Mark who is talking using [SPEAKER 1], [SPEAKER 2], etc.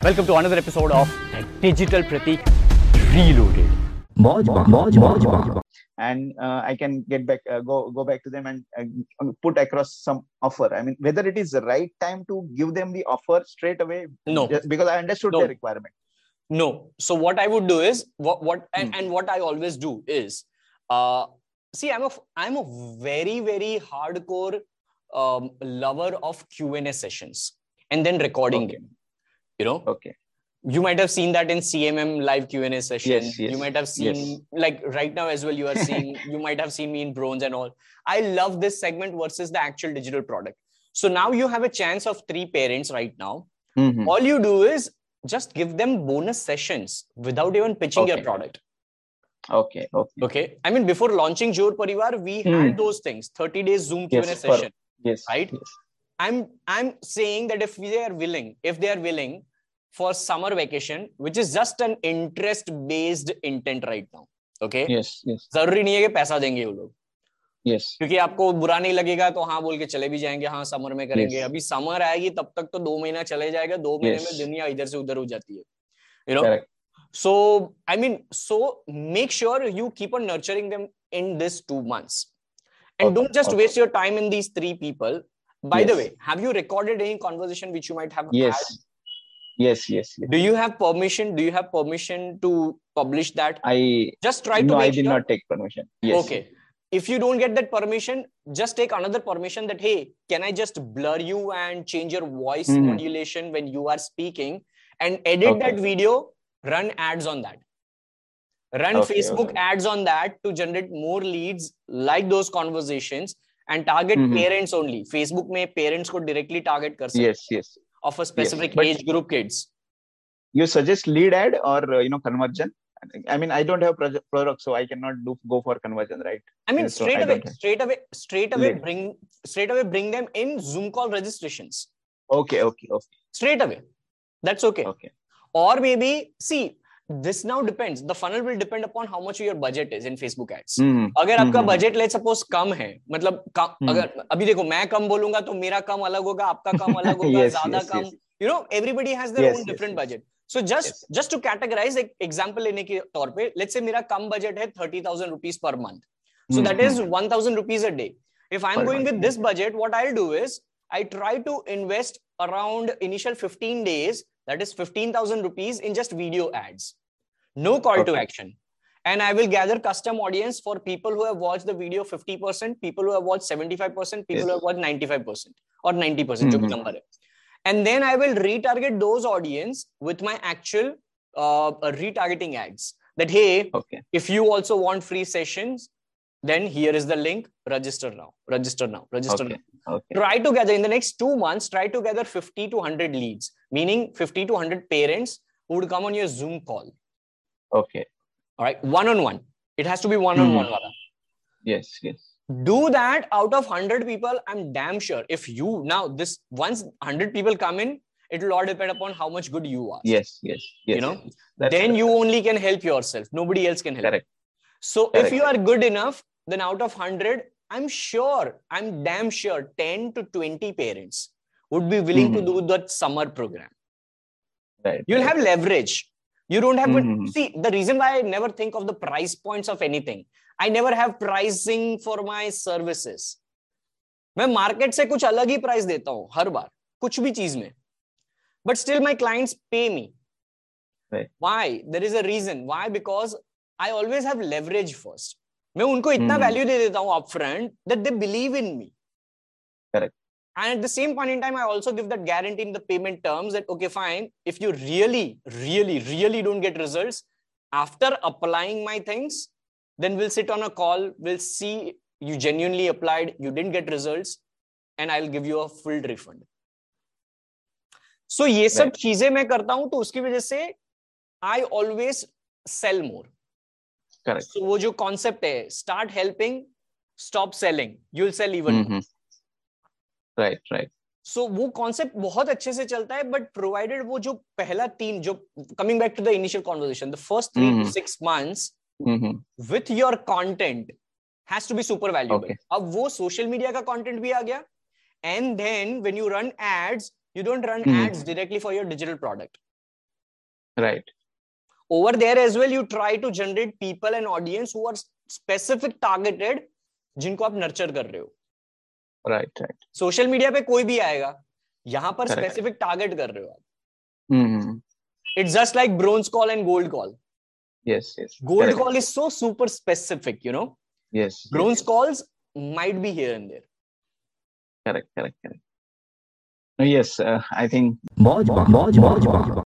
[SPEAKER 1] Welcome to another episode of Digital Pratik Reloaded.
[SPEAKER 2] मौज मौज मौज
[SPEAKER 3] and uh, I can get back, uh, go go back to them and uh, put across some offer. I mean, whether it is the right time to give them the offer straight away,
[SPEAKER 4] No,
[SPEAKER 3] just because I understood
[SPEAKER 4] Oh. No.
[SPEAKER 3] their requirement.
[SPEAKER 4] no. So what I would do is what what and,
[SPEAKER 3] Hmm.
[SPEAKER 4] and what I always do is, uh, see, I'm a f- I'm a very very hardcore um, lover of Q and A sessions and then recording
[SPEAKER 3] Okay.
[SPEAKER 4] them. You know,
[SPEAKER 3] Okay.
[SPEAKER 4] you might have seen that in CMM live Q and A session.
[SPEAKER 3] Yes, yes,
[SPEAKER 4] You might have seen
[SPEAKER 3] yes.
[SPEAKER 4] like right now as well. You are seeing. you might have seen me in bronze and all. I love this segment versus the actual digital product. So now you have a chance of three parents right now.
[SPEAKER 3] Mhm.
[SPEAKER 4] all you do is just give them bonus sessions without even pitching your
[SPEAKER 3] Okay.
[SPEAKER 4] product
[SPEAKER 3] Okay. Okay.
[SPEAKER 4] okay i mean before launching Jor parivar we
[SPEAKER 3] Hmm.
[SPEAKER 4] had those things 30 days zoom
[SPEAKER 3] Yes,
[SPEAKER 4] q&a
[SPEAKER 3] for-
[SPEAKER 4] session
[SPEAKER 3] Yes.
[SPEAKER 4] Right?
[SPEAKER 3] Yes.
[SPEAKER 4] i'm i'm saying that if they are willing if they are willing for summer vacation which is just an interest based intent right now okay
[SPEAKER 3] Yes. Yes.
[SPEAKER 4] जरूरी नहीं है कि पैसा देंगे वो लोग
[SPEAKER 3] Yes.
[SPEAKER 4] क्योंकि आपको बुरा नहीं लगेगा तो हाँ बोल के चले भी जाएंगे हाँ समर में करेंगे
[SPEAKER 3] Yes.
[SPEAKER 4] अभी समर आएगी तब तक तो दो महीना चले जाएगा दो महीने
[SPEAKER 3] Yes.
[SPEAKER 4] में दुनिया इधर से उधर हो जाती है you know
[SPEAKER 3] Correct.
[SPEAKER 4] so i mean so make sure you keep on nurturing them in this two months and
[SPEAKER 3] Okay,
[SPEAKER 4] don't just
[SPEAKER 3] okay.
[SPEAKER 4] waste your time in these three people by the
[SPEAKER 3] Yes.
[SPEAKER 4] way have you recorded any conversation which you might have
[SPEAKER 3] Yes. Yes. Yes. Yes.
[SPEAKER 4] had? do you have permission do you have permission to publish that
[SPEAKER 3] I
[SPEAKER 4] just try to
[SPEAKER 3] no, I
[SPEAKER 4] make
[SPEAKER 3] did
[SPEAKER 4] sure-
[SPEAKER 3] not take permission. Yes.
[SPEAKER 4] okay if you don't get that permission just take another permission that hey can i just blur you and change your voice
[SPEAKER 3] Mhm.
[SPEAKER 4] modulation when you are speaking and edit
[SPEAKER 3] Okay.
[SPEAKER 4] that video run ads on that run
[SPEAKER 3] Okay,
[SPEAKER 4] facebook
[SPEAKER 3] okay.
[SPEAKER 4] ads on that to generate more leads like those conversations and target
[SPEAKER 3] Mhm.
[SPEAKER 4] parents only facebook may parents could directly target person
[SPEAKER 3] Yes. Yes.
[SPEAKER 4] of a specific
[SPEAKER 3] but-
[SPEAKER 4] age group kids
[SPEAKER 3] You suggest lead ad or uh, you know conversion? I mean, I don't have proje- product, so I cannot do go for conversion, right?
[SPEAKER 4] i mean
[SPEAKER 3] Yes, so
[SPEAKER 4] straight
[SPEAKER 3] I
[SPEAKER 4] away
[SPEAKER 3] don't have-
[SPEAKER 4] straight away straight away
[SPEAKER 3] Lead.
[SPEAKER 4] bring straight away bring them in zoom call registrations
[SPEAKER 3] Okay. Okay. Okay.
[SPEAKER 4] straight away that's okay
[SPEAKER 3] Okay.
[SPEAKER 4] or maybe see this now depends the funnel will depend upon how much your budget is in facebook ads
[SPEAKER 3] Mhm.
[SPEAKER 4] अगर आपका
[SPEAKER 3] hmm,
[SPEAKER 4] budget let suppose कम है मतलब कम-
[SPEAKER 3] हम्म।
[SPEAKER 4] अगर अभी देखो मैं कम बोलूंगा तो मेरा कम अलग होगा आपका कम अलग होगा
[SPEAKER 3] Yes,
[SPEAKER 4] ज्यादा
[SPEAKER 3] yes,
[SPEAKER 4] कम
[SPEAKER 3] yes.
[SPEAKER 4] You know everybody has their
[SPEAKER 3] Yes,
[SPEAKER 4] own
[SPEAKER 3] yes,
[SPEAKER 4] different
[SPEAKER 3] yes.
[SPEAKER 4] Budget so just just to categorise एक एग्जांपल लेने के तौर पे लेट्स से मेरा कम बजट है thirty thousand rupees per month so
[SPEAKER 3] hmm,
[SPEAKER 4] that is one thousand rupees a day if I am
[SPEAKER 3] Per
[SPEAKER 4] going
[SPEAKER 3] month,
[SPEAKER 4] with this budget what I do is I try to invest around initial 15 days that is 15000 rupees in just video ads no call to
[SPEAKER 3] Okay.
[SPEAKER 4] action and i will gather custom audience for people who have watched the video 50% people who have watched 75% people who
[SPEAKER 3] Yes.
[SPEAKER 4] have watched 95% or 90% percent जो भी
[SPEAKER 3] Mhm.
[SPEAKER 4] number है and then i will retarget those audience with my actual uh, retargeting ads that hey
[SPEAKER 3] Mm-hmm. Okay.
[SPEAKER 4] if you also want free sessions then here is the link register now register now register
[SPEAKER 3] Okay.
[SPEAKER 4] now
[SPEAKER 3] Okay.
[SPEAKER 4] try to gather in the next two months try to gather 50 to 100 leads meaning 50 to 100 parents who would come on your zoom call
[SPEAKER 3] Okay.
[SPEAKER 4] all right one on one it has to be one on
[SPEAKER 3] Hmm.
[SPEAKER 4] one wala.
[SPEAKER 3] Yes. Yes.
[SPEAKER 4] do that out of 100 people i'm damn sure if you now this once 100 people come in it will all depend upon how much good you are
[SPEAKER 3] Yes. Yes. Yes.
[SPEAKER 4] You know,
[SPEAKER 3] That's
[SPEAKER 4] then
[SPEAKER 3] correct.
[SPEAKER 4] you only can help yourself nobody else can help
[SPEAKER 3] Correct.
[SPEAKER 4] so if
[SPEAKER 3] Correct.
[SPEAKER 4] you are good enough then out of 100 i'm sure i'm damn sure 10 to 20 parents would be willing to
[SPEAKER 3] Mhm.
[SPEAKER 4] do that summer program
[SPEAKER 3] Right.
[SPEAKER 4] you'll have leverage you don't have
[SPEAKER 3] Mhm.
[SPEAKER 4] see the reason why i never think of the price points of anything i never have pricing for my services मैं market से कुछ अलग ही price देता हूँ हर बार कुछ भी चीज में but still my clients pay me
[SPEAKER 3] Right.
[SPEAKER 4] Why there is a reason why because I always have leverage first मैं उनको इतना
[SPEAKER 3] हम्म।
[SPEAKER 4] वैल्यू दे देता हूँ upfront that they believe in me
[SPEAKER 3] Correct.
[SPEAKER 4] And at the same point in time, I also give that guarantee in the payment terms that, okay, fine, if you really, really, really don't get results after applying my things, then we'll sit on a call, we'll see you genuinely applied, you didn't get results, and I'll give you a full refund. So, ये सब
[SPEAKER 3] Right.
[SPEAKER 4] चीजें मैं करता हूं तो उसकी वजह से I always sell more
[SPEAKER 3] Correct.
[SPEAKER 4] So वो जो कॉन्सेप्ट है start helping stop selling you will sell even
[SPEAKER 3] Mhm. Right. Right.
[SPEAKER 4] So वो कॉन्सेप्ट बहुत अच्छे से चलता है बट प्रोवाइडेड वो जो पहला तीन जो coming back to the initial conversation the first three two
[SPEAKER 3] hmm.
[SPEAKER 4] Six months
[SPEAKER 3] Mhm.
[SPEAKER 4] With your content has to be super valuable
[SPEAKER 3] Okay.
[SPEAKER 4] अब वो सोशल मीडिया का कॉन्टेंट भी आ गया and then when you run ads you don't run
[SPEAKER 3] hmm.
[SPEAKER 4] Ads directly for your digital product
[SPEAKER 3] right
[SPEAKER 4] over there as well you try to generate people and audience who are specific targeted जिनको आप nurture कर रहे हो
[SPEAKER 3] right right
[SPEAKER 4] social media पे कोई भी आएगा यहाँ पर
[SPEAKER 3] Correct.
[SPEAKER 4] स्पेसिफिक टारगेट कर रहे हो आप
[SPEAKER 3] hmm
[SPEAKER 4] it's just like bronze call and gold call
[SPEAKER 3] yes yes
[SPEAKER 4] gold
[SPEAKER 3] Correct.
[SPEAKER 4] Call is so super specific you know
[SPEAKER 3] yes yes,
[SPEAKER 4] bronze
[SPEAKER 3] yes.
[SPEAKER 4] Calls might be here and there
[SPEAKER 3] correct correct correct no, yes uh, i think
[SPEAKER 2] Mojba, Mojba, Mojba.